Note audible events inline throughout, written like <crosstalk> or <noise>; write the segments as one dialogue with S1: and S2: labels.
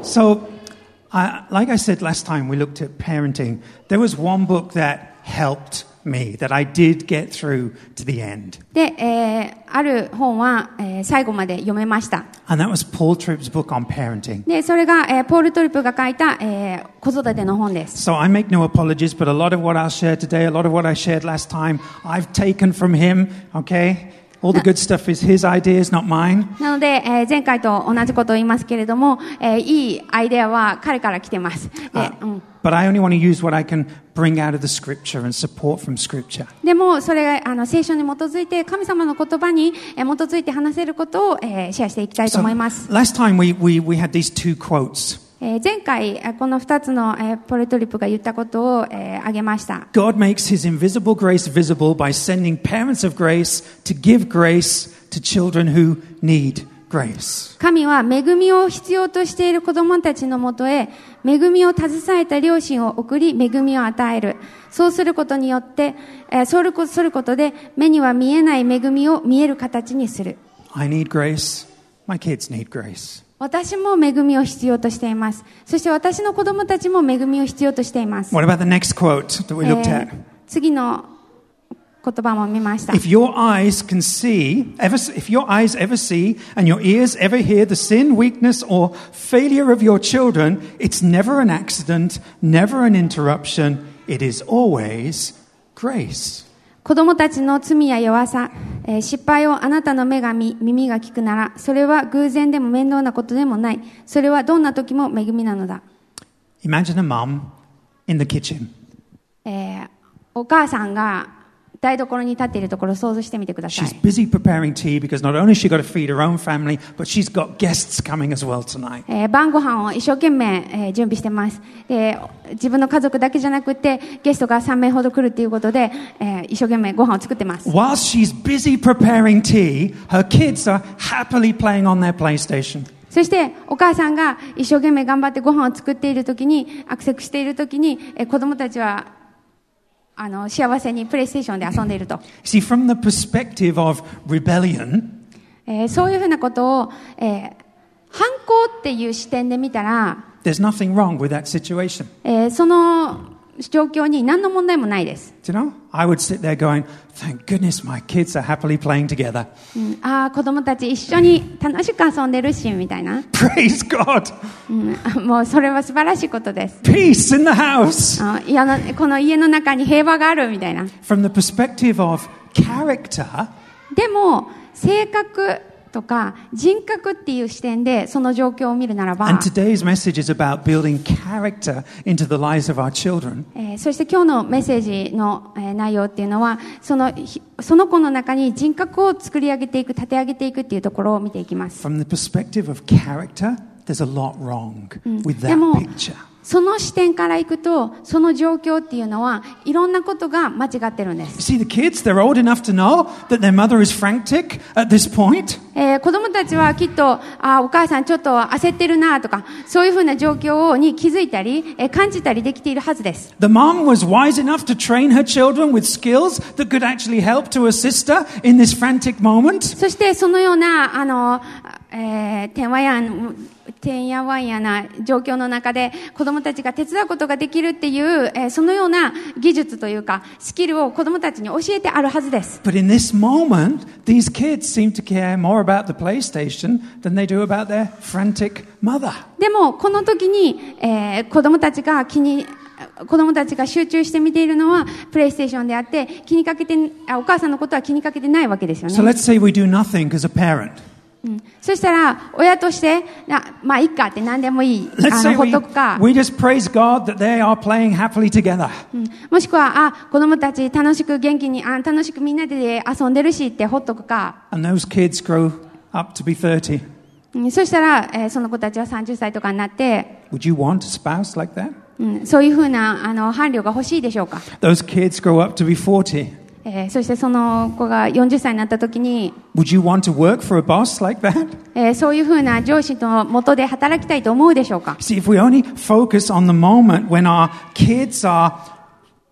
S1: So, I like I said last time, we looked at parenting. There was one book that helped me, that I did get through to the end,
S2: で、えーある本は、えー最後まで読めました。
S1: and that was Paul Tripp's book on parenting.
S2: で、それが、えーポール・トリップが書いた、えー子育ての本です。
S1: So I make no apologies, but a lot of what I'll share today, a lot of what I shared last time, I've taken from him, okay? All the good stuff is his ideas, not mine.
S2: なので、えー前回と同じことを言いますけれども、えーいいアイデアは彼から来てます。で,、うん、
S1: But I only want to use what I can bring out of the scripture and support from scripture.
S2: でも、それがあの聖書に基づいて、神様の言葉に、えー基づいて話せることを、えーシェアしていきたいと
S1: So
S2: 思います。
S1: last time we, we, we had these two quotes
S2: えー前回、えーこの2つの、えーポール・トリップが言ったことを、えー挙げました。
S1: God makes his invisible grace visible by sending parents of grace to give grace to children who need grace.
S2: 神は恵みを必要としている子供たちのもとへ、恵みを携えた両親を送り、恵みを与える。そうすることによって、えーそうすることで、目には見えない恵みを見える形にする。
S1: I need grace. My kids need grace.
S2: 私も恵みを必要としています。そして私の子供たちも恵みを必要としています。
S1: What about the next quote that we
S2: え
S1: looked
S2: ー
S1: at?
S2: 次の言葉も見ました。
S1: If your eyes can see, ever, if your eyes ever see, and your ears ever hear the sin, weakness, or failure of your children, it's never an accident, never an interruption. It is always grace.
S2: 子供たちの罪や弱さ、えー失敗をあなたの目が見、耳が聞くなら、それは偶然でも面倒なことでもない。それはどんな時も恵みなのだ。
S1: Imagine a mum in the kitchen.
S2: えーお母さんが台所に立っているところを想像してみてくださ
S1: She's
S2: い。
S1: busy preparing tea because not only has she got to feed her own family, but she's got guests coming as well tonight.
S2: えー晩ご飯を一生懸命、えー準備してます、で自分の家族だけじゃなくて、ゲストが3名ほど来るということで、えー一生懸命ご飯を作ってます。
S1: Whilst she's busy preparing tea, her kids are happily playing on their PlayStation.
S2: そして、お母さんが一生懸命頑張ってご飯を作っているときに、アクセスしているときに、えー子供たちは、あの、幸せにプレイステーションで遊んでいると。
S1: See, from the perspective of rebellion,
S2: えーそういうふうなことを、えー反抗っていう視点で見たら、
S1: there's nothing wrong with that situation.
S2: えーその状況に何の問題もないです。
S1: Do you know? I would sit there going, thank goodness my kids are happily playing together. <laughs>
S2: うん、ああ、子供たち一緒に楽しく遊んでるし、みたいな。
S1: Praise God!
S2: うん、あもうそれは素晴らしいことです。
S1: Peace in the house!
S2: あ家のこの家の中に平和があるみたいな。
S1: From the perspective of character,
S2: でも、性格とか人格っていう視点でその状況を見るなら
S1: and
S2: ば、
S1: today's message is about building character into the lives of our children.
S2: えーそして今日のメッセージの、えー内容っていうのはそのひ、その子の中に人格を作り上げていく、立て上げていくっていうところを見ていきます。
S1: From the perspective of character, there's a lot wrong with that
S2: でも、
S1: picture.
S2: その視点からいくと、その状況っていうのは、いろんなことが間違ってるんで
S1: You
S2: す。
S1: see, the kids, they're old enough to know that their mother is frantic at this point.
S2: えー子供たちはきっと、あーお母さんちょっと焦ってるなとか、そういうふうな状況に気づいたり、えー感じたりできているはずです。
S1: The mom was wise enough to train her children with skills that could actually help to her sister in this frantic moment.
S2: そして、そのような、あの、えー、てんわやん、てんやわんやな状況の中で、子供たちが手伝うことができるっていう、えーそのような技術というか、スキルを子供たちに教えてあるはずです。
S1: But in this moment, these kids seem to care more about the PlayStation than they do about their frantic mother.
S2: でも、この時に、えー子供たちが気に、子供たちが集中して見ているのは、プレイステーションであって、気にかけて、あお母さんのことは気にかけてないわけですよ
S1: So
S2: ね。
S1: let's say we do nothing as a parent.
S2: うんそしたら、親として、なまあ、いっかって何でもいい。
S1: Let's
S2: あ
S1: say
S2: の、ほ
S1: we,
S2: っとくか。
S1: we just praise God that they are playing happily together.
S2: うんもしくは、あ、子供たち楽しく元気に、あ、楽しくみんなで遊んでるしってほっとくか。
S1: And those kids grow up to be 30.
S2: うんそしたら、えーその子たちは30歳とかになって、
S1: Would you want a spouse like that?
S2: うんそういうふうな、あの、伴侶が欲しいでしょうか。
S1: Those kids grow up to be 40.
S2: えーそしてその子が40歳になった時に、
S1: Would you want to work for a boss like that? <laughs>
S2: えーそういうふうな上司のもとで働きたいと思うでしょうか
S1: See, if we only focus on the moment when our kids are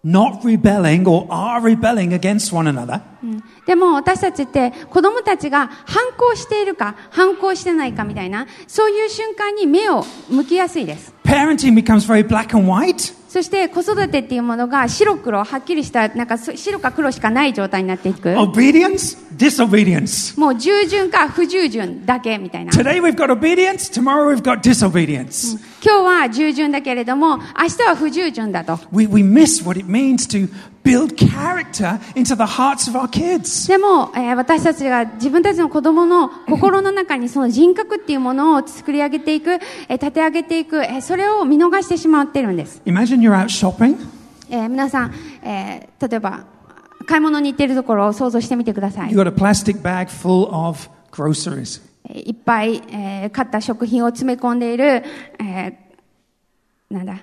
S1: not rebelling or are rebelling against one another,
S2: うんでも私たちって子供たちが反抗しているか反抗してないかみたいなそういう瞬間に目を向きやすいです
S1: parenting becomes very black and white.
S2: そして子育てっていうものが白黒はっきりしたなんかそ白か黒しかない状態になっていく
S1: Obedience, disobedience.
S2: もう従順か不従順だけみたいな
S1: Today we've got obedience, tomorrow we've got disobedience.
S2: 今日は従順だけれども明日は不従順だと
S1: We, we miss what it means to build character into the hearts of our kids.
S2: でも、えー私たちが自分たちの子供の心の中にその人格っていうものを作り上げていく、えー立て上げていく、えーそれを見逃してしまってるんです、
S1: Imagine you're out shopping
S2: えー皆さん、えー例えば買い物に行っているところを想像してみてください
S1: You've got a plastic bag full of groceries.
S2: えーいっぱい、えー買った食品を詰め込んでいる、えーなんだ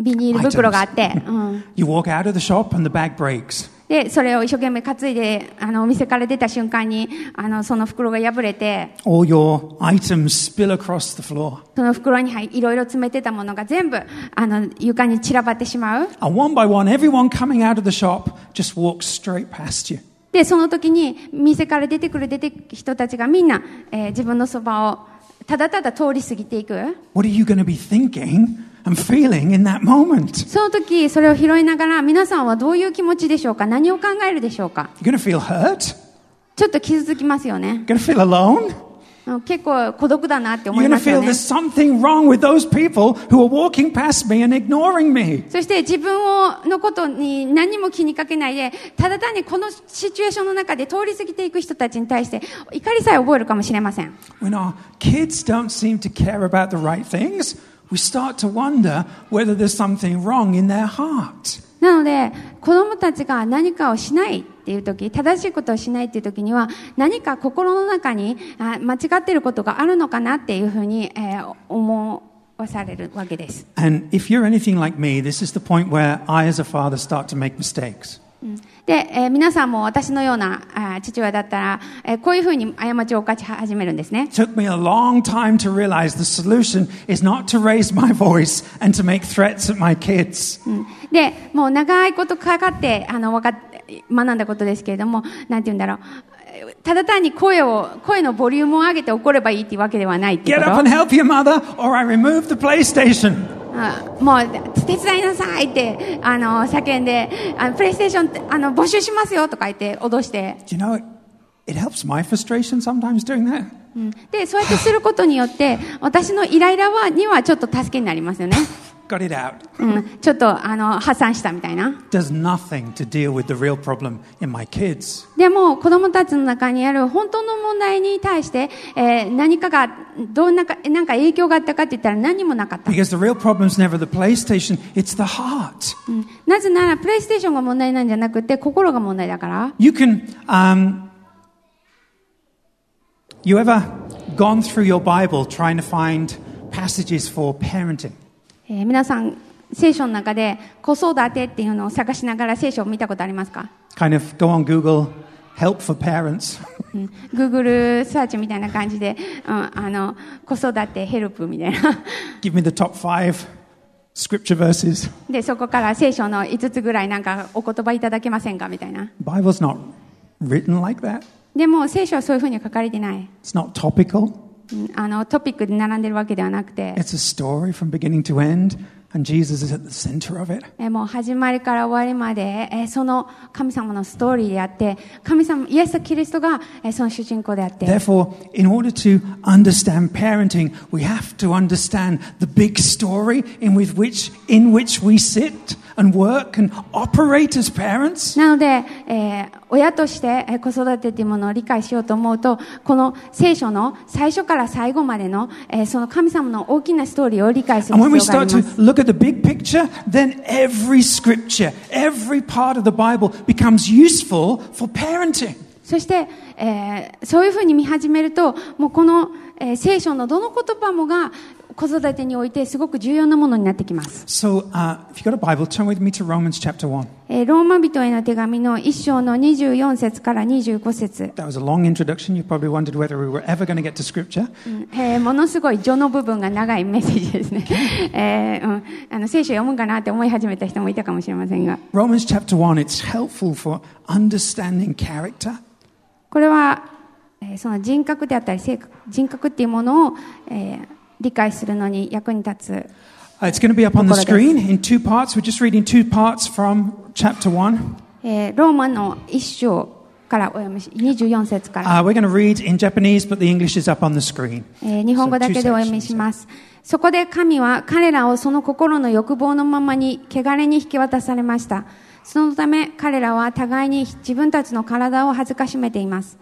S2: ビニール袋があって、うん、
S1: You walk out of the shop and the bag breaks.
S2: でそれを一生懸命担いであのお店から出た瞬間にあのその袋が破れて
S1: All your items spill across the floor.
S2: その袋に入いろいろ詰めてたものが全部あの床に散らばってしまう。
S1: And one by one, everyone coming out of the shop just walks straight past you.
S2: で、その時に店から出てくる出てく人たちがみんな、えー自分のそばをただただ通り過ぎていく。
S1: What are you going to be thinking and feeling in that moment?
S2: その時それを拾いながら皆さんはどういう気持ちでしょうか何を考えるでしょうか
S1: You're going to feel hurt.
S2: ちょっと傷つきますよね。
S1: You're going to feel alone.
S2: うん結構孤独だなって
S1: You're
S2: 思い
S1: going
S2: ま
S1: to
S2: すよ
S1: feel
S2: ね
S1: there's。something wrong with those people who are walking past me and ignoring me.
S2: そして自分をのことに何も気にかけないで、ただ単にこのシチュエーションの中で通り過ぎていく人たちに対して怒りさえ覚えるかもしれません。
S1: When our kids don't seem to care about the right things, we start to wonder whether there's something wrong in their heart.
S2: なので、子供たちが何かをしないっていう時、正しいことをしないっていう時には、何か心の中にあ間違ってることがあるのかなっていうふうに、えー思わされるわけです。
S1: And if you're anything like me, this is the point where I, as a father, start to make mistakes.
S2: うんで、えー皆さんも私のようなあー父親だったら、えーこういうふうに過ちを犯し始めるんですね
S1: It。took me a long time to realize the solution is not to raise my voice and to make threats at my kids.
S2: うんで、もう長いことかかって、あの、わかっ学んだことですけれども、なんて言うんだろう。えーただ単に声を、声のボリュームを上げて怒ればいいっていうわけではないっていう
S1: Get
S2: こ
S1: up and。
S2: と
S1: help your mother, or I remove the PlayStation.
S2: あもう手伝いなさいってあの叫んであのプレイステーションってあの募集しますよとか言って脅して、
S1: Do you know, it, it helps my frustration sometimes doing that.
S2: うんでそうやってすることによって私のイライラはにはちょっと助けになりますよね、
S1: Got it out.
S2: うん、ちょっとあの破産したみたいな
S1: Does nothing to deal with the real problem in my kids.
S2: でも子供たちの中にある本当の問題に対して、えー何かがどんなかなんか影響があったかって言ったら何もなかった、
S1: Because the real problem's never the PlayStation, it's the heart.
S2: うんなぜならプレイステーションが問題なんじゃなくて心が問題だから
S1: You can, um, you ever gone through your Bible trying to find passages for parenting?
S2: えー皆さん聖書の中で子育てっていうのを探しながら聖書を見たことありますか、
S1: Kind of go on Google, help for parents.
S2: うん、Google サーチみたいな感じで、うん、あの子育てヘルプみたいな <laughs>
S1: Give me the top five scripture verses.
S2: でそこから聖書の5つぐらいなんかお言葉いただけませんかみたいな
S1: Bible's not written like that.
S2: でも聖書はそういうふうには書かれてない、
S1: It's not topical.
S2: うん、あのトピックで並んでるわけではなくて、
S1: It's a story from beginning to end, and Jesus is at the center of it.
S2: えーもう始まりから終わりまで、えーその神様のストーリーであって神様イエス・キリストが、えーその主人公であって
S1: Therefore, in order to understand parenting, we have to understand the big story in with which in which we sit and work and operate as parents.
S2: なので、えー親としてえー子育てというものを理解しようと思うと、この聖書の最初から最後までの、えーその神様の大きなストーリーを理解する
S1: And
S2: 必
S1: when we
S2: 要があ
S1: start
S2: り
S1: to
S2: ます。
S1: look at the big picture, then every scripture, every part of the Bible becomes useful for parenting.
S2: そして、えーそういうふうに見始めると、もうこの、えー聖書のどの言葉もが、子育てにおいてすごく重要なものになってきます。
S1: So uh, if you've got a Bible, turn with me to Romans chapter 1.
S2: えーローマ人への手紙の1章の24節から25節、
S1: That was a long introduction. You probably wondered whether we were ever going to get to scripture.
S2: うんえーものすごい序の部分が長いメッセージですね。 <laughs> えーうん、あの聖書読むんかなって思い始めた人もいたかもしれませんが、
S1: Romans chapter 1, it's helpful for understanding character.
S2: これは、えーその人格であったり性格人格っていうものを、えー理解するのに役に立つ
S1: Uh, It's going to be up on the
S2: Look what it
S1: screen in two parts. We're just reading two parts from chapter 1.
S2: えーローマの一章からお読みし24節か
S1: Uh,
S2: ら、
S1: we're going to read in Japanese, but the English is up on the screen.
S2: えー日本語だけでお読みしますそこで神は彼らをその心の欲望のままに汚れに引き渡されましたそのため彼らは互いに自分たちの体を恥ずかしめています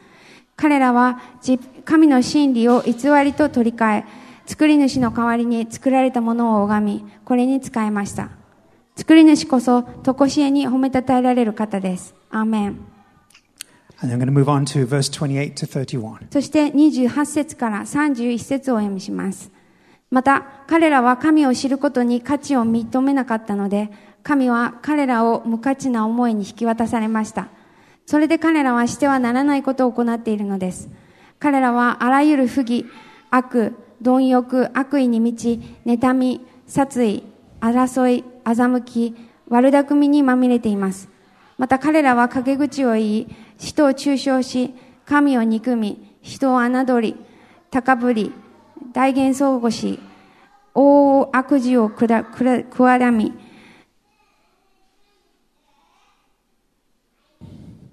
S2: 彼らはじ神の真理を偽りと取り替え作り主の代わりに作られたものを拝みこれに仕えました作り主こそ常しえに褒めたたえられる方ですアーメン
S1: And I'm going to move on to verse 28 to 31.
S2: そして28節から31節をお読みします。また、彼らは神を知ることに価値を認めなかったので、神は彼らを無価値な思いに引き渡されました。それで彼らはしてはならないことを行っているのです。彼らはあらゆる不義、悪、貪欲、悪意に満ち、妬み、殺意、争い、欺き、悪巧みにまみれています。また彼らは陰口を言い、人を中傷し、神を憎み、人を侮り、高ぶり、大言相互し、大悪事をくだくら企み、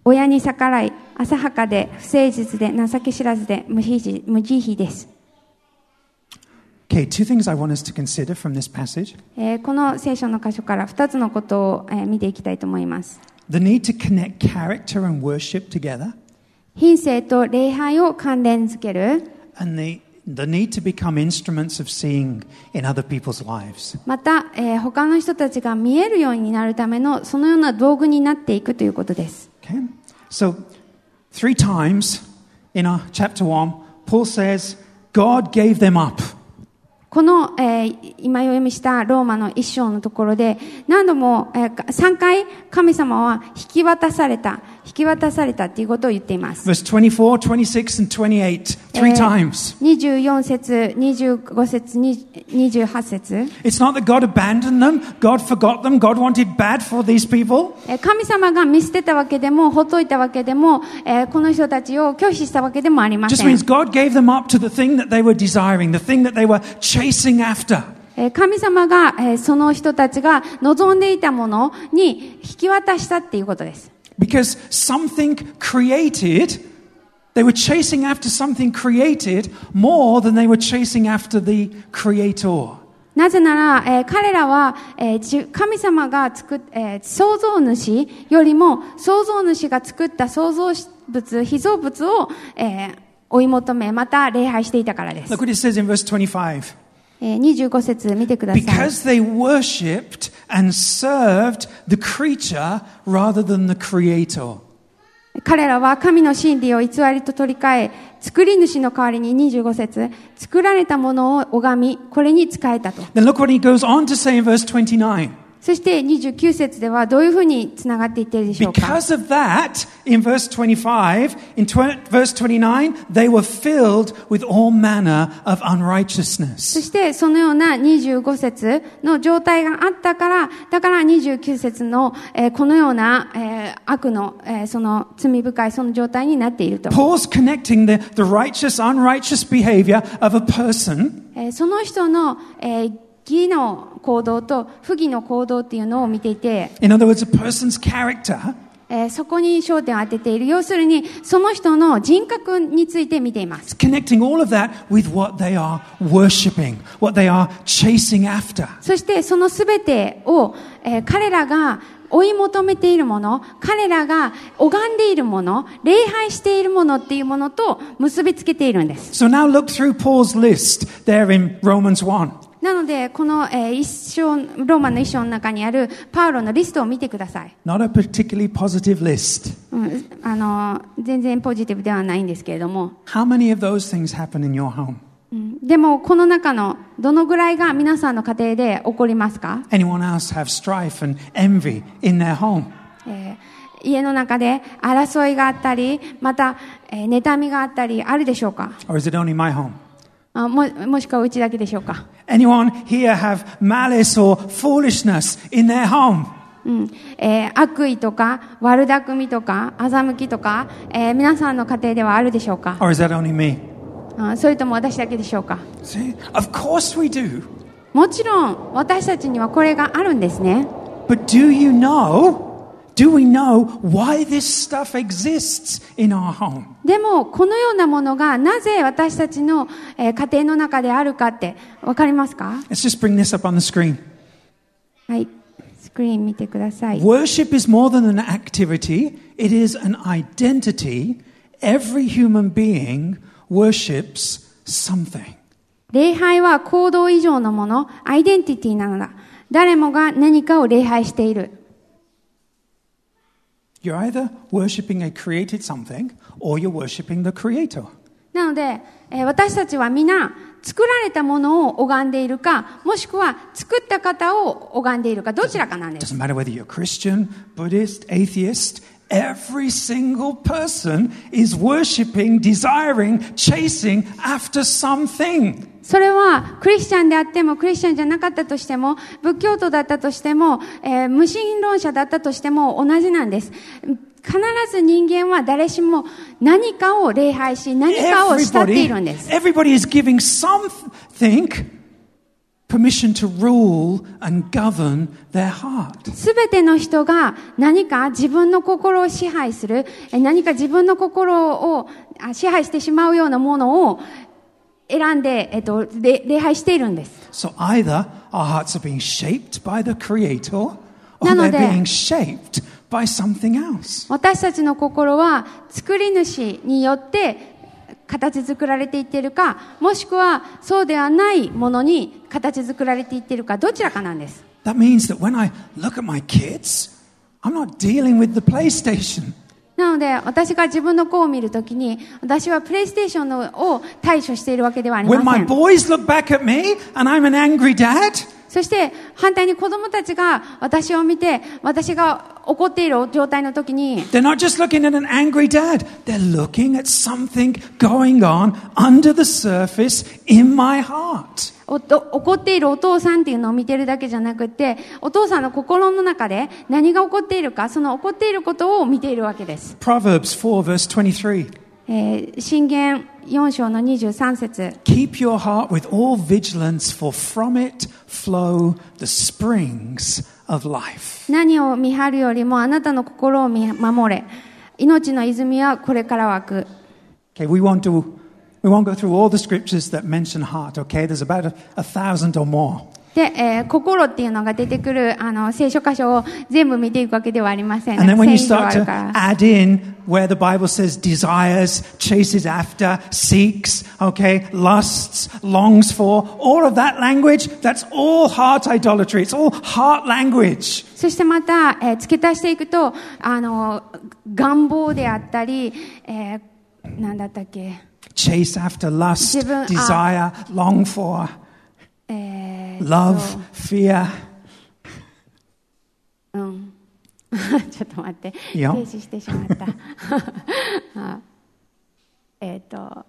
S2: 親に逆らい、浅はかで、不誠実で、情け知らずで、無慈悲無慈悲です。
S1: Okay, two things I want us to consider from this passage
S2: えーこの聖書の箇所から2つのことを、えー見ていきたいと思います。
S1: the need to connect character and worship together,
S2: 品性と礼拝を関連づける。
S1: and the, the need to become instruments of seeing in other people's lives.
S2: また、えー他の人たちが見えるようになるためのそのような道具になっていくということです。
S1: Okay? So, three times in our chapter 1, Paul says, God gave them up.
S2: この、えー今読みしたローマの一章のところで何度も、え3回神様は引き渡された引き渡されたということを言っています
S1: Verse 24, 26, and 28, three
S2: Eh.
S1: times.
S2: 24節25節20 28節
S1: It's not that God abandoned them, God forgot them, God wanted bad for these people.
S2: えー神様が見捨てたわけでもほっといたわけでも、えーこの人たちを拒否したわけでもありま
S1: It
S2: せ
S1: just
S2: ん
S1: means God gave them up to the thing that they were desiring, the thing that they were chasing after.
S2: えー神様がえーその人たちが望んでいたものに引き渡したっていうことです。
S1: Because something created, they were chasing after something created more than they were chasing after the Creator.
S2: なぜなら、えー彼らは、えーじ神様が作っ、えー創造主よりも創造主が作った創造物、被造物を、えー追い求め、また礼拝していたからです
S1: Look。what it says in verse 25.
S2: えー25節見てください。
S1: Because they worshipped and served the creature rather than the Creator.
S2: 彼らは神の真理を偽りと取り替え、作り主の代わりに25節、作られたものを拝み、これに仕えたと。
S1: Then look what he goes on to say in verse 29.
S2: そして29節ではどういうふうにつながっていっているでしょうか
S1: Because of that, in verse 25, in tw- verse 29, they were filled with all manner of
S2: そ
S1: unrighteousness.
S2: してそのような25節の状態があったから、だから29節の、えーこのような、えー悪の、えーその罪深いその状態になっていると、
S1: Paul's connecting the, the righteous, unrighteous behavior of a person
S2: えーその人の、えー義の行動と不義の行動っていうのを見ていて、
S1: In other words, a person's character
S2: えーそこに焦点を当てている。要するに、その人の人格について見ています。
S1: is connecting all of that with what they are worshipping, what they are chasing after.
S2: そしてそのすべてを、えー彼らが追い求めているもの、彼らが拝んでいるもの、礼拝しているものっていうものと結びつけているんです。
S1: So now look through Paul's list there in Romans 1.
S2: なので、この、えー一章、ローマの一章の中にあるパウロのリストを見てください。
S1: Not a particularly positive list.
S2: うん、あのー、全然ポジティブではないんですけれども、
S1: How many of those things happen in your home?
S2: うんうんでも、この中のどのぐらいが皆さんの家庭で起こりますか、
S1: Anyone else have strife and envy in their home?
S2: えー家の中で争いがあったり、また、えー妬みがあったり、あるでしょうか
S1: Or is it only my home?
S2: あももしくはうちだけでしょうか、
S1: Anyone here have malice or foolishness in their home?
S2: うんえー悪意とか悪巧みとか欺きとか、えー皆さんの家庭ではあるでしょうか
S1: Or is that only me?
S2: あそれとも私だけでしょうか
S1: See, of course we do.
S2: もちろん私たちにはこれがあるんですね
S1: But do you know? Do we know why this stuff exists in our home?
S2: でもこのようなものがなぜ私たちの、えー家庭の中であるかってわかりますか
S1: Let's just bring this up on the screen.
S2: はいスクリーン見てください
S1: Worship is more than an activity, it is an identity. Every human being worships something.
S2: 礼拝は行動以上のものアイデンティティなのだ誰もが何かを礼拝している
S1: You're either worshipping a created something or you're worshipping the creator.
S2: なので、えー私たちは皆、作られたものを拝んでいるか、もしくは作った方を拝んでいるか、どちらかなん
S1: It
S2: です。
S1: doesn't matter whether you're Christian, Buddhist, atheist, every single person is worshipping, desiring, chasing after something.
S2: それは、クリスチャンであっても、クリスチャンじゃなかったとしても、仏教徒だったとしても、えー無神論者だったとしても同じなんです。必ず人間は誰しも何かを礼拝し、何かを慕って
S1: Everybody,
S2: いるんです。
S1: everybody is giving something permission to rule and govern their heart.
S2: すべての人が何か自分の心を支配する、え何か自分の心をあ支配してしまうようなものを選んで、えっと、れ礼拝しているんです。
S1: So either our hearts are being shaped by the creator or they're
S2: なので、
S1: being shaped by something else.
S2: 私たちの心は作り主によって形作られていっているか、もしくはそうではないものに形作られていっているか、どちらかなんです。
S1: That means that when I look at my kids, I'm not dealing with the PlayStation.
S2: なので、私が自分の子を見るときに、私はプレイステーションのを対処しているわけではありま
S1: When
S2: せ
S1: my
S2: ん。
S1: boys look back at me and I'm an angry dad,
S2: そして反対に子供たちが私を見て私が怒っている状態の時に
S1: they're not just looking at an angry dad, they're looking at something going on under the surface in my heart.
S2: おと怒っているお父さんっていうのを見てるだけじゃなくてお父さんの心の中で何が起こっているかその起こっていることを見ているわけです、
S1: Proverbs 4, verse 23.
S2: えー、信玄4章の23節
S1: Keep your heart with all vigilance, for from it flow the springs of life.
S2: 何を見張るよりもあなたの心を見守れ命の泉はこれから湧く
S1: Okay, we won't do, we won't go through all the scriptures that mention heart. Okay, there's about a, a thousand or more.
S2: で、えー心っていうのが出てくるあの聖書箇所を全部見ていくわけではありません。
S1: And then when you
S2: 1000以上あ
S1: start
S2: る
S1: to
S2: から
S1: add in where the Bible says desires, chases after, seeks, okay, lusts, longs for, all of that language, that's all heart idolatry. It's all heart language.
S2: そしてまた、えー付け足していくと、あの、願望であったり、えーなんだったっけ、
S1: Chase after, lust,
S2: Given up.
S1: desire, long for,
S2: えー
S1: love, fear.
S2: うん <laughs> ちょっと待って、
S1: いい
S2: 停
S1: よ
S2: 止してしまった。 <laughs> あえっ、と、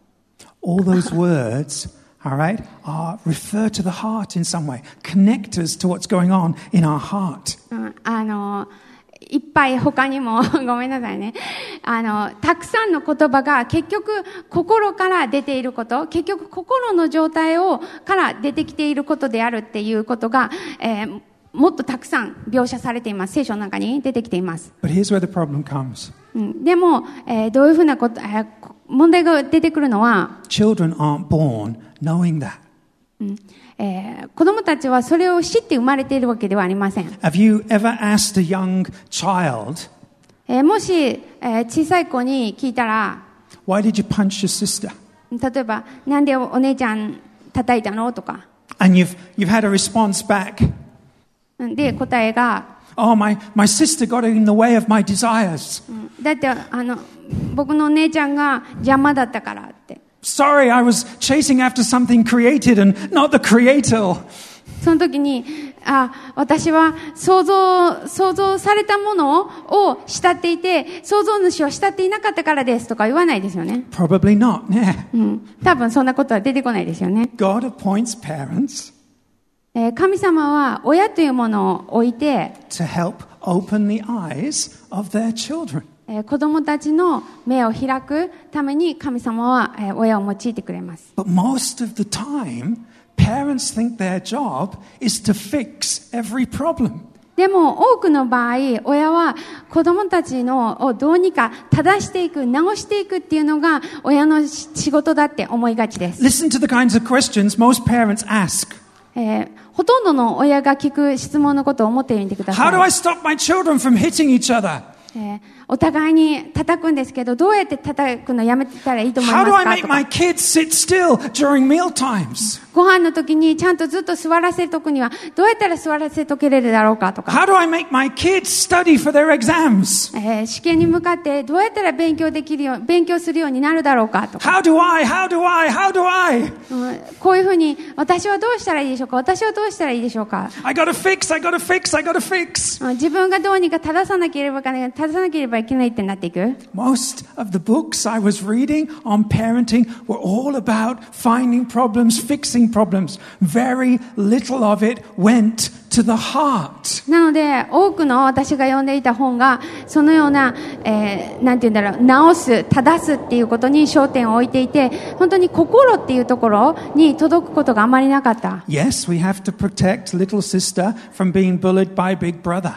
S1: All those words, all right, are, refer to the heart in some way, connect us to what's going on in our heart.
S2: うんあの、いっぱい他にも、 <laughs> ごめんなさいね。あの、たくさんの言葉が結局心から出ていること、結局心の状態を、から出てきていることであるっていうことが、えーもっとたくさん描写されています。聖書の中に出てきています。
S1: But here's where the problem comes
S2: うん、でも、えーどういうふうなこと、えーこ問題が出てくるのは、
S1: children aren't born knowing that.
S2: うんえー子供たちはそれを知って生まれているわけではありません。
S1: Have you ever asked a young child,
S2: えーもし、えー小さい子に聞いたら、
S1: why did you punch your sister?
S2: 例えば、なんでお姉ちゃん叩いたのとか。
S1: And you've, you've had a response back,
S2: で、答えが、
S1: oh, my, my sister got in the way of my desires.
S2: うんだって、あの、僕のお姉ちゃんが邪魔だったからって。
S1: Sorry, I was chasing after something created and not the creator.
S2: その時に、あ、私は想像、想像されたものを慕っていて、想像主を慕っていなかったからですとか言わないですよね。
S1: Probably not. <laughs> Yeah.
S2: うん。多分そんなことは出てこないですよね。
S1: God appoints parents
S2: えー神様は親というものを置いて、
S1: to help open the eyes of their children.
S2: えー子供たちの目を開くために神様は、えー親を用いてくれます。
S1: But most of the time, parents think their job is to fix every problem.
S2: でも多くの場合、親は子供たちのをどうにか正していく、直していくっていうのが親のし仕事だって思いがちです。
S1: Listen to the kinds of questions most parents ask
S2: えーほとんどの親が聞く質問のことを思ってみてくだ
S1: How do
S2: さ
S1: I
S2: い。
S1: stop my children from hitting each other?
S2: えーお互いに叩くんですけど、どうやって叩くのやめたらいいと思い
S1: How do
S2: ま
S1: I
S2: す
S1: make
S2: かと
S1: my
S2: か
S1: kids sit still during meal times?
S2: ご飯の時にちゃんとずっと座らせとくには、どうやったら座らせとけれるだろうかとか、
S1: How do I make my kids study for their exams?
S2: えー試験に向かってどうやったら勉強できるよう、勉強するようになるだろうかとか、
S1: How do I? How do I? How do I?
S2: うんこういうふうに、私はどうしたらいいでしょうか私はどうしたらいいでしょうか
S1: I gotta fix, I gotta fix, I gotta fix.
S2: うん自分がどうにか正さなければいけない、正さなければいけないってなっていく。
S1: Most of the books I was reading on parenting were all about finding problems, fixing problems. Very little of it went to the heart.
S2: なので、多くの私が読んでいた本が、そのような、えーなんて言うんだろう、直す、正すっていうことに焦点を置いていて、本当に心っていうところに届くことがあまりなかった。
S1: Yes, we have to protect little sister from being bullied by big brother.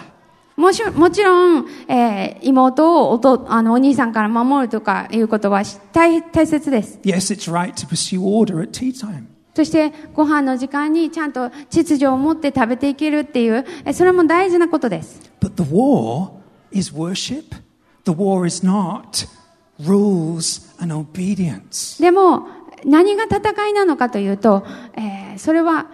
S2: もしもちろん、えー妹をおとあのお兄さんから守るとかいうことはし大大切です。
S1: Yes, it's right to pursue order at tea time.
S2: そして、ご飯の時間にちゃんと秩序を持って食べていけるっていう、えそれも大事なことです。
S1: But the war is worship. The war is not rules and obedience.
S2: でも何が戦いなのかというと、えーそれは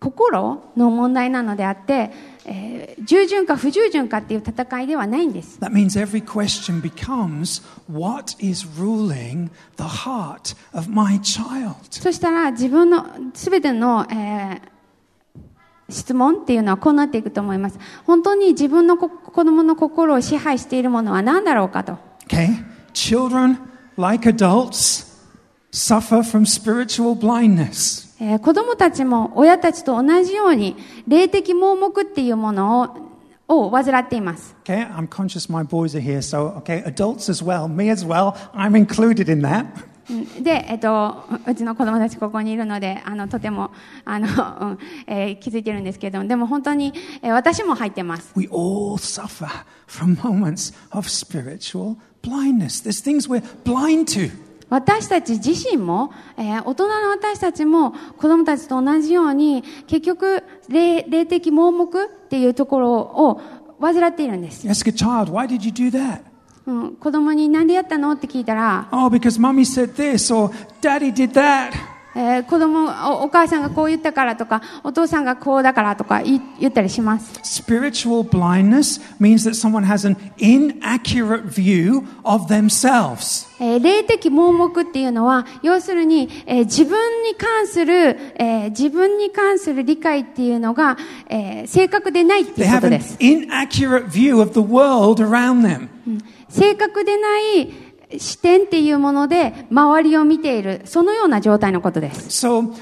S2: 心の問題なのであって、えー従順か不従順かっていう戦いではないんです
S1: That means every question becomes what is ruling the heart of my child?
S2: そしたら自分の全ての、えー質問っていうのはこうなっていくと思います本当に自分のこ子供の心を支配しているものは何だろうかと
S1: Okay? Children, like adults, suffer from spiritual blindness.
S2: えー子供たちも親たちと同じように霊的盲目っていうものをを患っています
S1: Okay, I'm conscious my boys are here, so okay, adults as well, me as well, I'm included in that.
S2: うんで、えっと、ううちの子供たちここにいるので、あの、とても、あの、 <laughs> うんえー気づいてるんですけど、でも本当に、えー私も入ってます。
S1: We all suffer from moments of spiritual blindness. There's things we're blind to.
S2: 私たち自身も、えー大人の私たちも、子供たちと同じように、結局、霊霊的盲目っていうところを、患っているんです。
S1: You ask a child, why did you do that?
S2: うん、子供に何でやったのって聞いたら、
S1: Oh, because mommy said this, or daddy did that.
S2: えー子供お、お母さんがこう言ったからとか、お父さんがこうだからとか言い言ったりします。
S1: Spiritual blindness means that someone has an inaccurate view of themselves.
S2: えー霊的盲目っていうのは、要するに、えー自分に関する、えー自分に関する理解っていうのが、えー正確でないってい
S1: They
S2: うこ
S1: have
S2: とで
S1: an
S2: す。
S1: inaccurate view of the world around them.
S2: 正確でない視点っていうもので、周りを見ている、そのような状態のことです。
S1: So,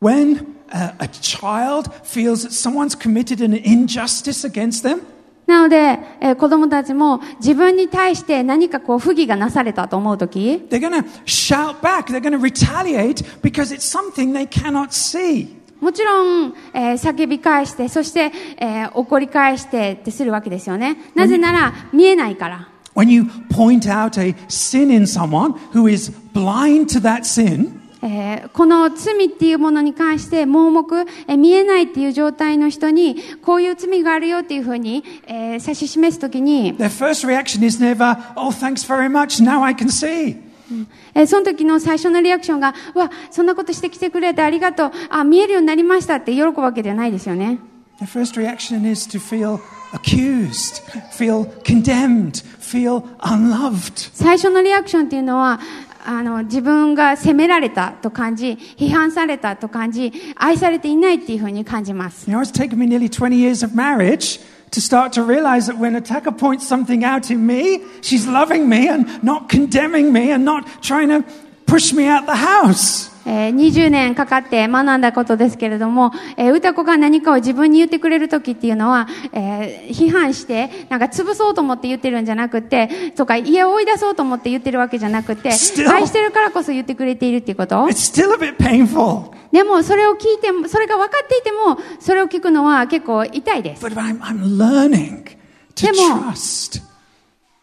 S1: when uh, a, a child feels that someone's committed an injustice against them,
S2: なので、えー子供たちも自分に対して何かこう不義がなされたと思うとき、
S1: they're going to shout back, they're going to retaliate because it's something they cannot see.
S2: もちろん、えー叫び返して、そして、えー怒り返してってするわけですよね。なぜなら、見えないから。
S1: When you point out a sin in someone who is blind to that sin,
S2: えーこの罪っていうものに関して盲目、えー見えないっていう状態の人に、こういう罪があるよっていうふうに、えー指し示すときに、
S1: their first reaction is never, oh, thanks very much, now I can see.
S2: えーその時の最初のリアクションが、うわ、そんなことしてきてくれてありがとう、あ、見えるようになりましたって喜ぶわけじゃないですよね。
S1: Their first reaction is to feel accused, feel condemned, feel unloved.
S2: 最初のリアクションっていうのは、あの、自分が責められたと感じ、批判されたと感じ、愛されていないっていうふうに感じます。
S1: You know, it's taken me nearly 20 years of marriage to start to realize that when Ataka points something out in me, she's loving me and not condemning me and not trying to push me out the house.
S2: えー20年かかって学んだことですけれども、えー歌子が何かを自分に言ってくれるときっていうのは、えー批判して、なんか潰そうと思って言ってるんじゃなくて、とか家を追い出そうと思って言ってるわけじゃなくて、
S1: Still-
S2: 愛してるからこそ言ってくれているっていうこと。
S1: It's still a bit painful,
S2: でもそれを聞いても、それが分かっていても、それを聞くのは結構痛いです。
S1: but I'm, I'm learning to
S2: Come on.
S1: trust.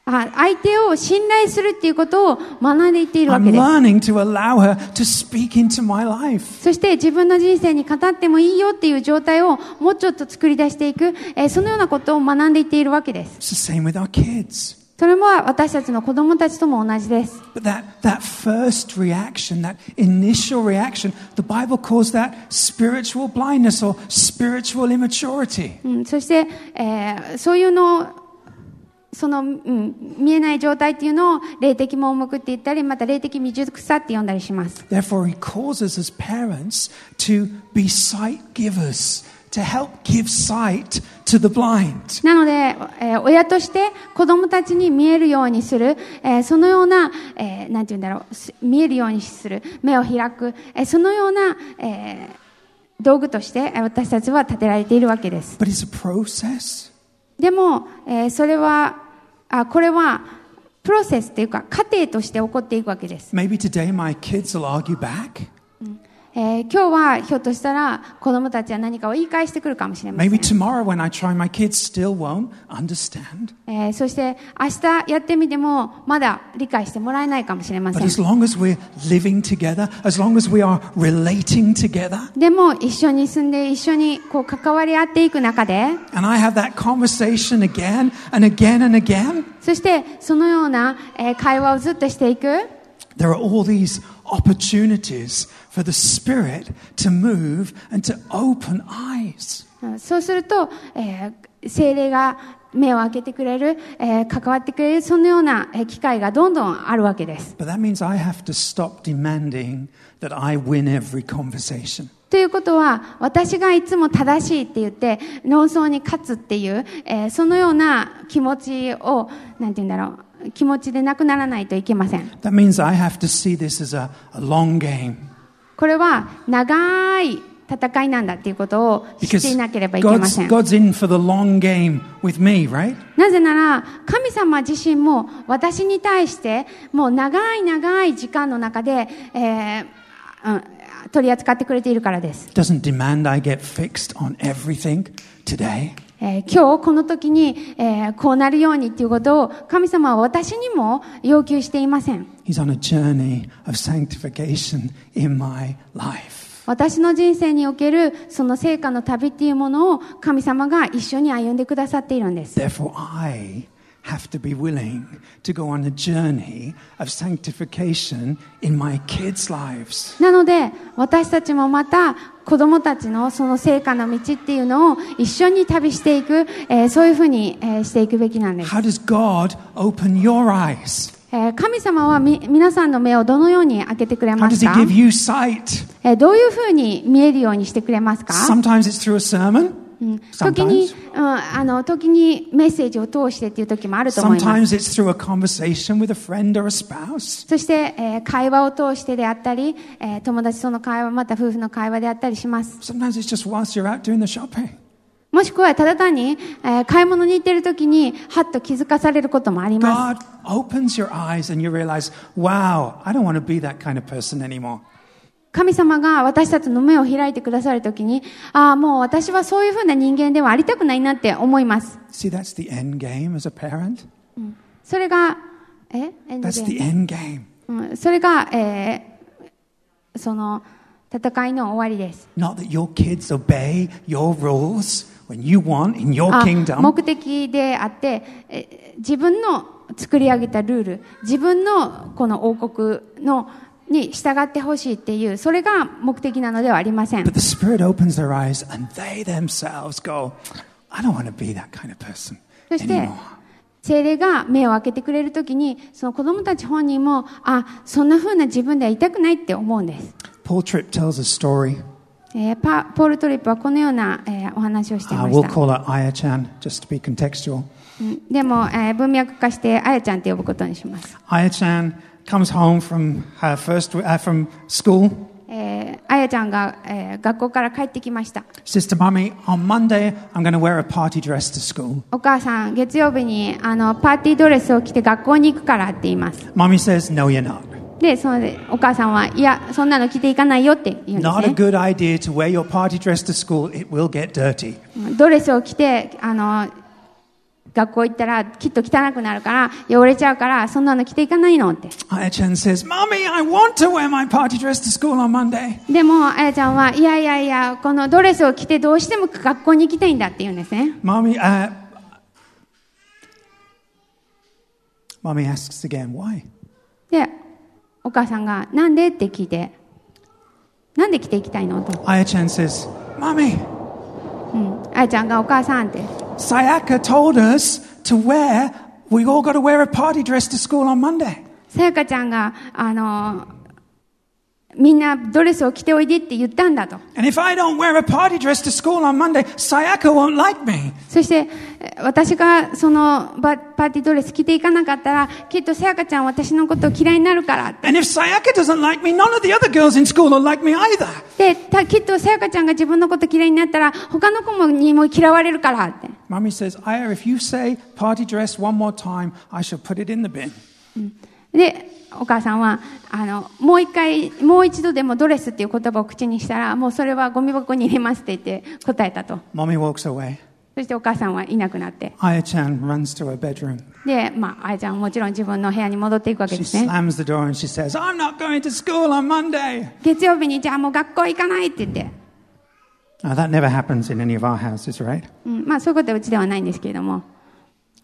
S2: あ相手を信頼するっていうことを学んでいっているわ
S1: I'm
S2: けです。
S1: learning to allow her to speak into my life.
S2: そして自分の人生に語ってもいいよっていう状態をもうちょっと作り出していく、えーそのようなことを学んでいっているわけです。
S1: It's the same with our kids.
S2: それも私たちの子供たちとも同じです。
S1: But that, that first reaction, that initial reaction, the Bible calls that spiritual blindness or spiritual immaturity.
S2: うん、そして、えーそういうのをその、うん、見えない状態っていうのを霊的盲目って言ったり、また霊的未熟さって呼んだりします。
S1: Therefore, he calls us as parents to be sight givers, to help give sight to the blind.
S2: なので、えー親として子供たちに見えるようにする、えーそのような、えーなんて言うんだろう、す見えるようにする、目を開く、えーそのような、えー道具としてえー私たちは立てられているわけです。
S1: But it's a process.
S2: でも、えーそれは、あ、これは、プロセスというか、過程として起こっていくわけです。
S1: Maybe today my kids will argue back.
S2: えー今日はひょっとしたら子供たちは何かを言い返してくるかもしれません
S1: Maybe。tomorrow when I try, my kids still won't understand.
S2: えーそして明日やってみてもまだ理解してもらえないかもしれませ
S1: But
S2: ん
S1: as。long as we're living together, as long as we are relating together,
S2: でも一緒に住んで一緒にこう関わり合っていく中で
S1: and I have that conversation again and again and again,
S2: そしてそのようなえー会話をずっとしていく
S1: there are all these opportunities for the Spirit to move and to open eyes.
S2: うんそうすると、えー精霊が目を開けてくれる、えー関わってくれるそのようなえー機会がどんどんあるわけです
S1: But that means I have to stop demanding that I win every conversation.
S2: ということは私がいつも正しいって言って論争に勝つっていう、えーそのような気持ちをなんて言うんだろう気持ちでなくならないといけません
S1: That means I have to see this as a, a long game.
S2: これは長い戦いなんだっていうことを知って
S1: Because
S2: いなければいけま
S1: God's,
S2: せん。
S1: God's in for the long game with me, right?
S2: なぜなら、神様自身も私に対して、もう長い長い時間の中で、えーうん取り扱ってくれているからです。
S1: doesn't demand I get fixed on everything today.
S2: えー今日この時に、えーこうなるようにっていうことを神様は私にも要求していません。
S1: He's on a journey of sanctification in my life.
S2: 私の人生におけるその成果の旅っていうものを神様が一緒に歩んでくださっているんです。
S1: Therefore, I have to be willing to go on a journey of sanctification in my kids' lives.
S2: なので私たちもまた子供たちのその成果の道っていうのを一緒に旅していく、えーそういうふうに、えーしていくべきなんです、
S1: How does God open your eyes?
S2: えー神様はみ皆さんの目をどのように開けてくれ
S1: How
S2: ま
S1: does
S2: す
S1: He
S2: か、
S1: give you sight?
S2: えーどういうふうに見えるようにしてくれますか、
S1: Sometimes it's through a sermon.
S2: 時に
S1: Sometimes.、
S2: うん、あの時にメッセージを通してっていう時もあると思います
S1: Sometimes it's through a conversation with a friend or a spouse.
S2: そして、えー会話を通してであったり、えー友達との会話また夫婦の会話であったりします
S1: Sometimes it's just whilst you're out doing the shopping.
S2: もしくはただ単に、えー買い物に行ってる時に、はっと気づかされることもあります。
S1: God opens your eyes and you realize, wow, I don't want to be that kind of person anymore.
S2: 神様が私たちの目を開いてくださる時に、ああ、もう私はそういうふうな人間ではありたくないなって思います。
S1: See, that's the end game as a parent.
S2: それが、えエンドゲ
S1: That's
S2: ーム
S1: the end game.
S2: うん、それが、えーその、戦いの終わりです。
S1: Not that your kids obey your rules when you want in your
S2: あ
S1: kingdom.
S2: 目的であって、え自分の作り上げたルール、自分のこの王国の、に従ってほしいっていう、それが目的なのではありません
S1: But。the Spirit opens their eyes and they themselves go, I don't want to be that kind of person
S2: そして
S1: anymore.、
S2: 精霊が目を開けてくれるときに、その子供たち本人も、あ、そんな風な自分ではいたくないって思うんです。
S1: Paul Tripp tells a story.
S2: えーパポール・トリップはこのような、えーお話をしてい
S1: Uh,
S2: ま
S1: we'll
S2: した。
S1: call her Aya Chan, just to be contextual.
S2: うんでも、えー文脈化して、あやちゃんって呼ぶことにします。
S1: Aya Chan comes home from her first uh, from school.
S2: えーあやちゃんが、えー学校から帰ってきました。
S1: She says to mummy, on Monday I'm going to wear a party dress to school.
S2: お母さん、月曜日にあのパーティードレスを着て学校に行くからって言います。
S1: Mummy says, no, you're not.
S2: で、そのお母さんは、いや、そんなの着ていかないよって言うんです
S1: Not a
S2: ね。
S1: good idea to wear your party dress to school. It will get dirty.
S2: ドレスを着て、あの、学校行ったらきっと汚くなるから、汚れちゃうから、そんなの着ていかないのって。
S1: Aya Chan says, "Mummy, I want to wear my party dress to school on Monday.
S2: でも、あやちゃんは、いやいやいや、このドレスを着てどうしても学校に行きたいんだって言うんですね。
S1: Mommy, uh, Mommy asks again, why?
S2: で、お母さんが、なんでって聞いて、なんで着ていきたいのと。
S1: Aya Chan says, Mommy,
S2: うん。あやちゃんが、お母さんって。
S1: Sayaka told us to wear, we all got to wear a party dress to school on Monday.
S2: さやかちゃんが、あの、みんなドレスを着ておいでって言ったんだと。
S1: And if I don't wear a party dress to school on Monday, Sayaka won't like me.
S2: そして、え私がそのバパーティードレス着ていかなかったら、きっとさやかちゃん私のことを嫌いになるから。
S1: And if Sayaka doesn't like me, none of the other girls in school will like me either.
S2: で、たきっとさやかちゃんが自分のこと嫌いになったら、他の子もにも嫌われるからって。
S1: Mummy says, Aya, if you say party dress one more time, I shall put it in the bin.
S2: で、お母さんは、あの、もう一回、もう一度でもドレスっていう言葉を口にしたら、もうそれはゴミ箱に入れますって言って答えたと。
S1: Mommy walks away.
S2: そしてお母さんはいなくなって。
S1: Aya Chan runs to her bedroom.
S2: で、まあ、あやちゃんはもちろん自分の部屋に戻っていくわけ
S1: She
S2: ですね。
S1: slams the door and she says, I'm not going to school on Monday.
S2: 月曜日にじゃあもう学校行かないって言って。
S1: Now, that never happens in any of our houses, right?
S2: うん、まあそういうことはうちではないんですけれども。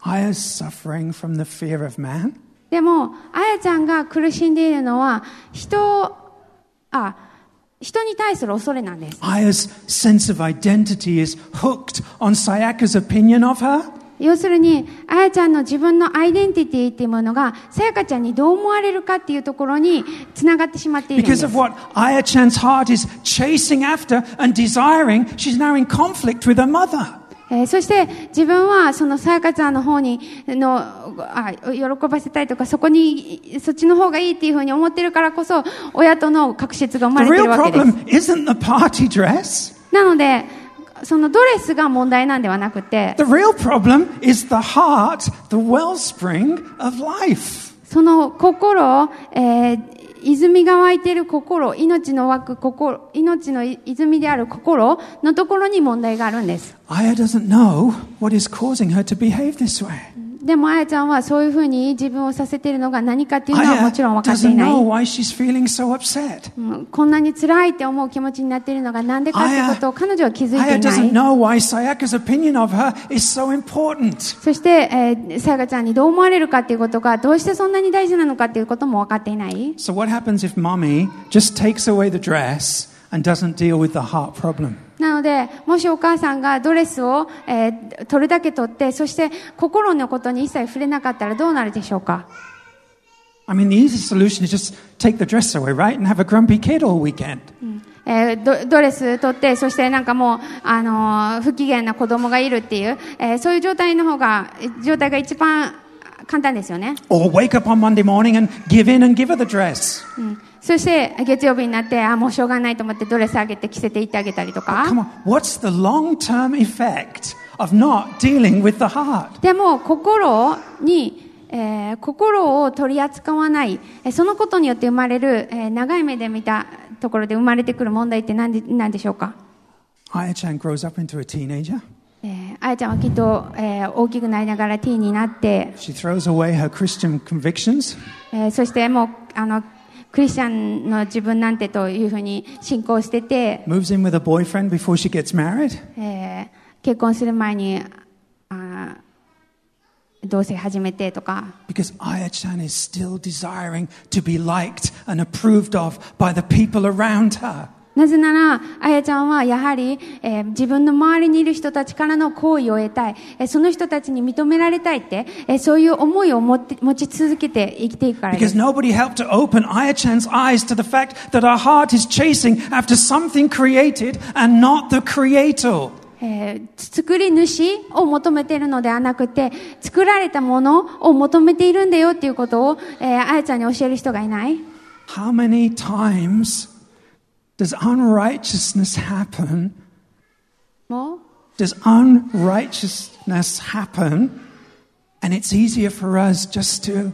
S1: Aya's suffering from the fear of man.
S2: でも、あやちゃんが苦しんでいるのは、人を、あ、人に対する恐れなんです。
S1: Aya's sense of identity is hooked on Sayaka's opinion of her.
S2: 要するに、あやちゃんの自分のアイデンティティっていうものが、さやかちゃんにどう思われるかっていうところにつながってしまっているんで
S1: Because
S2: す
S1: of。what Aya Chan's heart is chasing after and desiring, she's now in conflict with her mother.
S2: えーそして自分はそのさやかちゃんの方にのあ喜ばせたいとかそこにそっちの方がいいっていうふうに思ってるからこそ親との確執が生ま
S1: The
S2: れてる
S1: real
S2: わけです。
S1: problem isn't the party dress.
S2: なのでそのドレスが問題なんではなくて
S1: The real problem is the heart, the wellspring of life.
S2: その心を、えー泉が湧いている心命の湧く心命の泉である心のところに問題があるんです
S1: Aya doesn't know what is causing her to behave this way.
S2: でもあやちゃんはそういうふうに自分をさせているのが何かっていうのは
S1: Aya
S2: もちろん分かってい
S1: doesn't
S2: ない
S1: know why she's feeling so upset.
S2: うんこんなに辛いって思う気持ちになっているのがなんでかってことを彼女は気づいて
S1: Aya
S2: いな
S1: doesn't
S2: い。
S1: know why Sayaka's opinion of her is so important.
S2: そして、えー、さやかちゃんにどう思われるかっていうことが、どうしてそんなに大事なのかっていうことも分かっていない。
S1: So, what happens if mommy just takes away the dress and doesn't deal with the heart problem?
S2: なので、もしお母さんがドレスを、えー取るだけ取って、そして心のことに一切触れなかったらどうなるでしょうか。
S1: I mean, the easy solution is just take the dress away, right? And have a grumpy kid all weekend.
S2: えードドレス取って、そしてなんかもう、あのー不機嫌な子供がいるっていう、えーそういう状態の方が、状態が一番簡単ですよね。
S1: Or wake up on Monday morning and give in and give her the dress.
S2: うんそして月曜日になってあもうしょうがないと思ってドレスあげて着せていってあげたりと
S1: Come
S2: か
S1: on, what's the long term effect of not dealing with the heart?
S2: でも心に、えー心を取り扱わないえーそのことによって生まれる、えー長い目で見たところで生まれてくる問題って何で何でしょうか、
S1: Aya Chan grows up into a teenager.
S2: えーあやちゃんはきっと、えー大きくなりながらティーになって、
S1: She throws away her Christian convictions.
S2: えーそしてもうあのクリスチャンの自分なんてというふうに信仰してて、
S1: moves in with a boyfriend before she gets married.
S2: えー結婚する前にあー同棲始めてとか
S1: Because Aya Chan is still desiring to be liked and approved of by the people around her.
S2: なぜなら、あやちゃんはやはり、えー自分の周りにいる人たちからの好意を得たい、えーその人たちに認められたいって、えーそういう思いを持って持ち続けて生きていくからで
S1: Because
S2: す。
S1: nobody helped to open Ayachan's eyes to the fact that our heart is chasing after something created and not the creator.
S2: えー作り主を求めているのではなくて、作られたものを求めているんだよっていうことを、えーあやちゃんに教える人がいない。
S1: How many times does unrighteousness happen?
S2: もう
S1: Does unrighteousness happen? And it's easier for us just to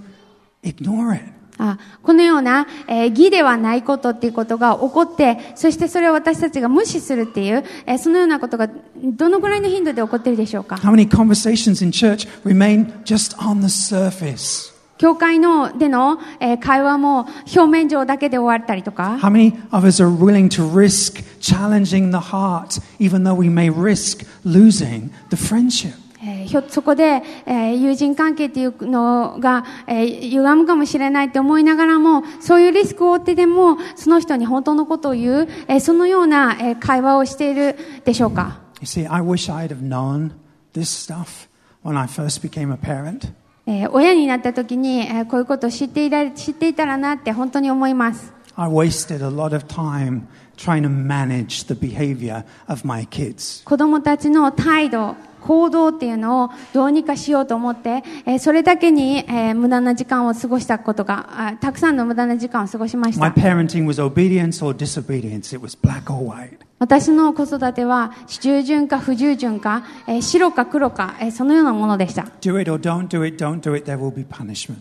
S1: ignore it.
S2: あこのような、えー義ではないことっていうことが起こって、そしてそれを私たちが無視するっていう、えーそのようなことがどのぐらいの頻度で起こってるでしょうか
S1: How many conversations in church remain just on the surface?
S2: 教会のでの、えー会話も表面上だけで終わったりとか、
S1: How many of us are willing to risk challenging the heart, even though we may risk losing the friendship?
S2: えーひょそこで、えー友人関係っていうのが、えー歪むかもしれないって思いながらも、そういうリスクを負ってでも、その人に本当のことを言う、えーそのような、えー会話をしているでしょうか
S1: You see, I wish I'd have known this stuff when I first became a parent.
S2: えー親になった時に、えーこういうことを知っていら知っていたらなって本当に思います、
S1: I wasted a lot of time trying to manage the behavior of my kids.
S2: 子供たちの態度行動っていうのをどうにかしようと思って、えーそれだけに、えー無駄な時間を過ごしたことがあたくさんの無駄な時間を過ごしまし
S1: My
S2: た
S1: parenting was obedience or disobedience, it was black or white.
S2: 私の子育ては従順か不従順か、えー白か黒か、えーそのようなものでした、
S1: Do it or don't do it, don't do it, there will be punishment.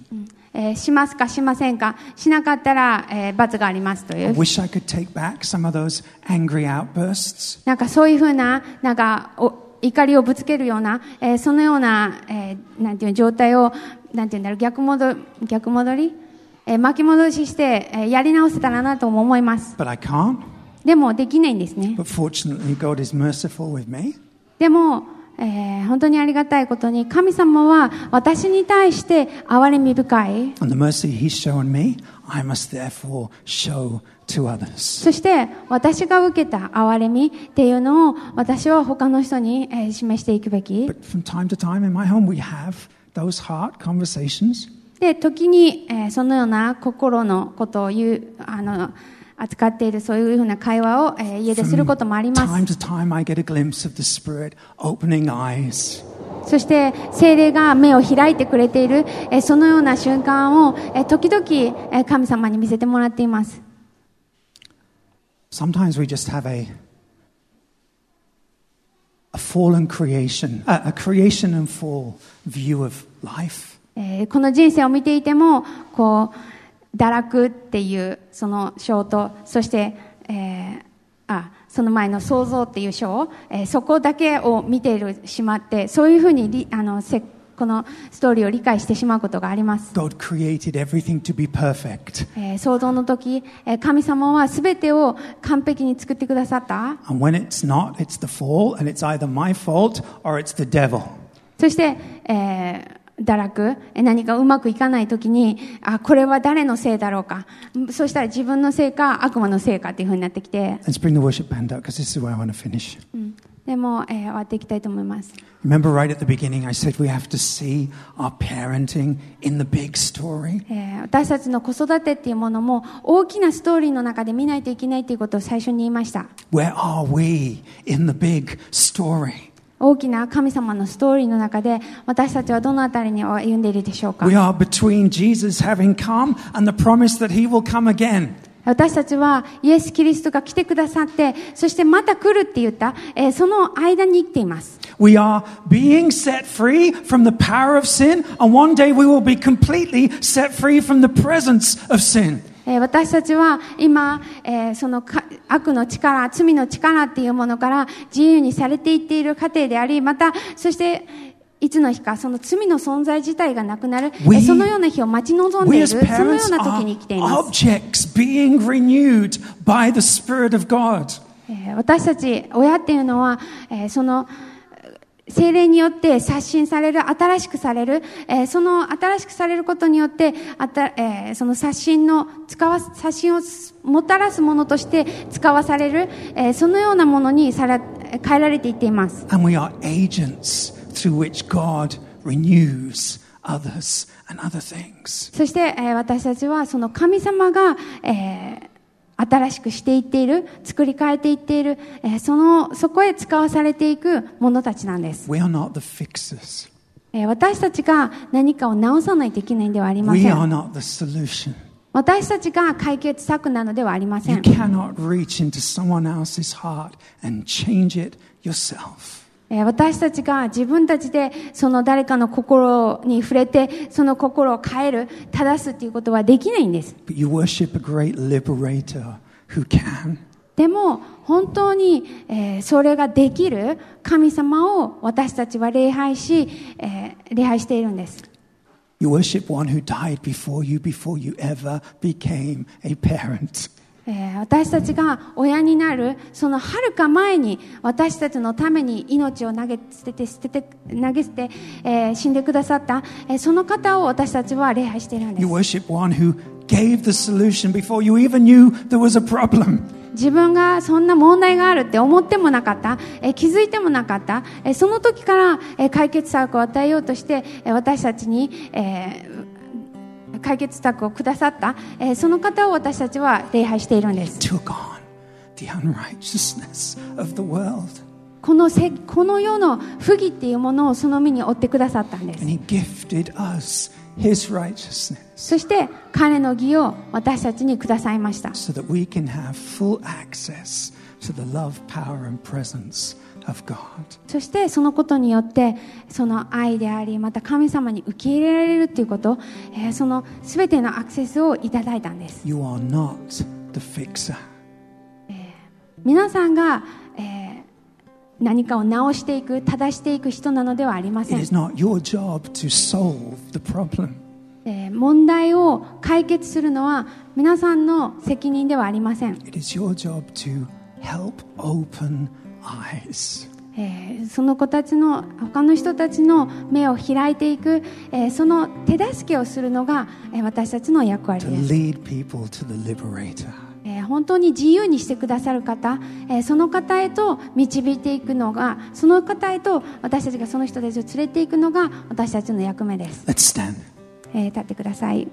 S2: えーしますかしませんかしなかったら、えー罰がありますとい
S1: I
S2: う
S1: wish I could take back some of those angry outbursts.
S2: なんかそういうふうな、なんかお怒りをぶつけるような、えーそのような、えーなんていう状態を、なんていうんだろう、逆戻逆戻り、えー巻き戻しして、えーやり直せたらなとも思います。
S1: But I can't.
S2: でもできないんですね。
S1: But fortunately, God is merciful with me.
S2: でも、えー本当にありがたいことに、神様は私に対して憐れみ深い。
S1: And the mercy He's shown me, I must therefore show to others.
S2: そして私が受けた憐れみっていうのを私は他の人に、えー示していくべき。
S1: But from time to time in my home, we have those heart conversations.
S2: で時に、えーそのような心のことを言うあの扱っているそういうふうな会話を、えー家ですることもあり
S1: Time
S2: ます
S1: to time, I get a glimpse of the Spirit opening eyes.
S2: そして精霊が目を開いてくれている、えーそのような瞬間を、えー時々、えー神様に見せてもらっています
S1: Sometimes we just have a a fallen creation, a, a creation and fall view of life.
S2: えーこの人生を見ていてもこう堕落っていうその章とそして、えーあその前の創造っていう章、えーそこだけを見ているしまってそういうふうにりあのせこのストーリーを理解してしまうことがあります、
S1: God created everything to be perfect.
S2: えー創造の時、えー神様は全てを完璧に作ってくださった
S1: And when it's not, it's the fall, and it's either my fault or it's the devil.
S2: そして、えー堕落、えー何かうまくいかないときに、あ、これは誰のせいだろうか。んそしたら自分のせいか、悪魔のせいかっていうふうになってきて、
S1: Let's bring the worship band up because this is where I want to finish.
S2: でも、えー終わっていきたいと思います。
S1: Remember, right at the beginning, I said we have to see our parenting in the big story.
S2: えー私たちの子育てっていうものも、大きなストーリーの中で見ないといけないということを最初に言いました。
S1: Where are we in the big story?
S2: 大きな神様のストーリーの中で、私たちはどのあたりに歩んでいるでしょうか
S1: We。are between Jesus having come and the promise that he will come again.
S2: 私たちはイエス・キリストが来てくださって、そしてまた来るって言った、えーその間に生きています。
S1: We are being set free from the power of sin, and one day we will be completely set free from the presence of sin.
S2: えー私たちは今、えーそのか悪の力、罪の力っていうものから自由にされていっている過程であり、また、そして、いつの日か、その罪の存在自体がなくなる、えー
S1: We-
S2: そのような日を待ち望んで
S1: We
S2: いる、
S1: as
S2: そのよ
S1: parents
S2: うな
S1: are
S2: 時に生きています。
S1: objects being renewed by the Spirit of God.
S2: えー私たち、親っていうのは、えーその、えー精霊によって刷新される、新しくされる、えーその新しくされることによって、あたえーその刷新の、使わ、刷新をすもたらすものとして使わされる、えーそのようなものにさら、変えられていっています。
S1: And we are agents through which God renews others and other things.
S2: そして、えー私たちはその神様が、えー新しくしていっている、作り変えていっている、えーその、そこへ使わされていくものたちなんです。
S1: We are not the fixers,
S2: えー私たちが何かを直さないといけないんではありま
S1: we
S2: せ
S1: are
S2: ん。
S1: not the solution.
S2: 私たちが解決策なのではありませ
S1: You
S2: ん。
S1: cannot reach into someone else's heart and change it yourself.
S2: えー私たちが自分たちでその誰かの心に触れて、その心を変える、正すということはできないんです。
S1: But you worship a great liberator who can.
S2: でも、本当に、えーそれができる神様を私たちは礼拝し、えー礼拝しているんです。
S1: You worship one who died before you, before you ever became a parent.
S2: えー私たちが親になるそのはるか前に私たちのために命を投げ捨てて捨てて投げ捨て、えー死んでくださった、えーその方を私たちは礼拝しているんで
S1: You
S2: す
S1: worship one who gave the solution before you even knew there was a problem. <laughs>
S2: 自分がそんな問題があるって思ってもなかった、えー気づいてもなかった、えーその時から、えー解決策を与えようとして、えー私たちに、えー解決策をくださった、えーその方を私たちは礼拝しているんです
S1: Took on the unrighteousness of the world.
S2: このせこの世の不義っていうものをその身に負ってくださったんです
S1: And he gifted us his righteousness
S2: そして彼の義を私たちにくださいました。
S1: so that we can have full access to the love, power, and presence of God.
S2: そしてそのことによってその愛でありまた神様に受け入れられるということ、えーその全てのアクセスをいただいたんです
S1: You are not the fixer.
S2: 皆さんが、えー何かを直していく正していく人なのではありませ
S1: It
S2: ん
S1: is、not your job to solve the problem.
S2: えー問題を解決するのは皆さんの責任ではありません、
S1: It is your job to help open eyes.
S2: えーその子たちの他の人たちの目を開いていく、えーその手助けをするのが、えー私たちの役割
S1: to
S2: です
S1: lead people to the liberator.
S2: えー本当に自由にしてくださる方、えーその方へと導いていくのがその方へと私たちがその人たちを連れていくのが私たちの役目です、
S1: Let's stand.
S2: えー立ってください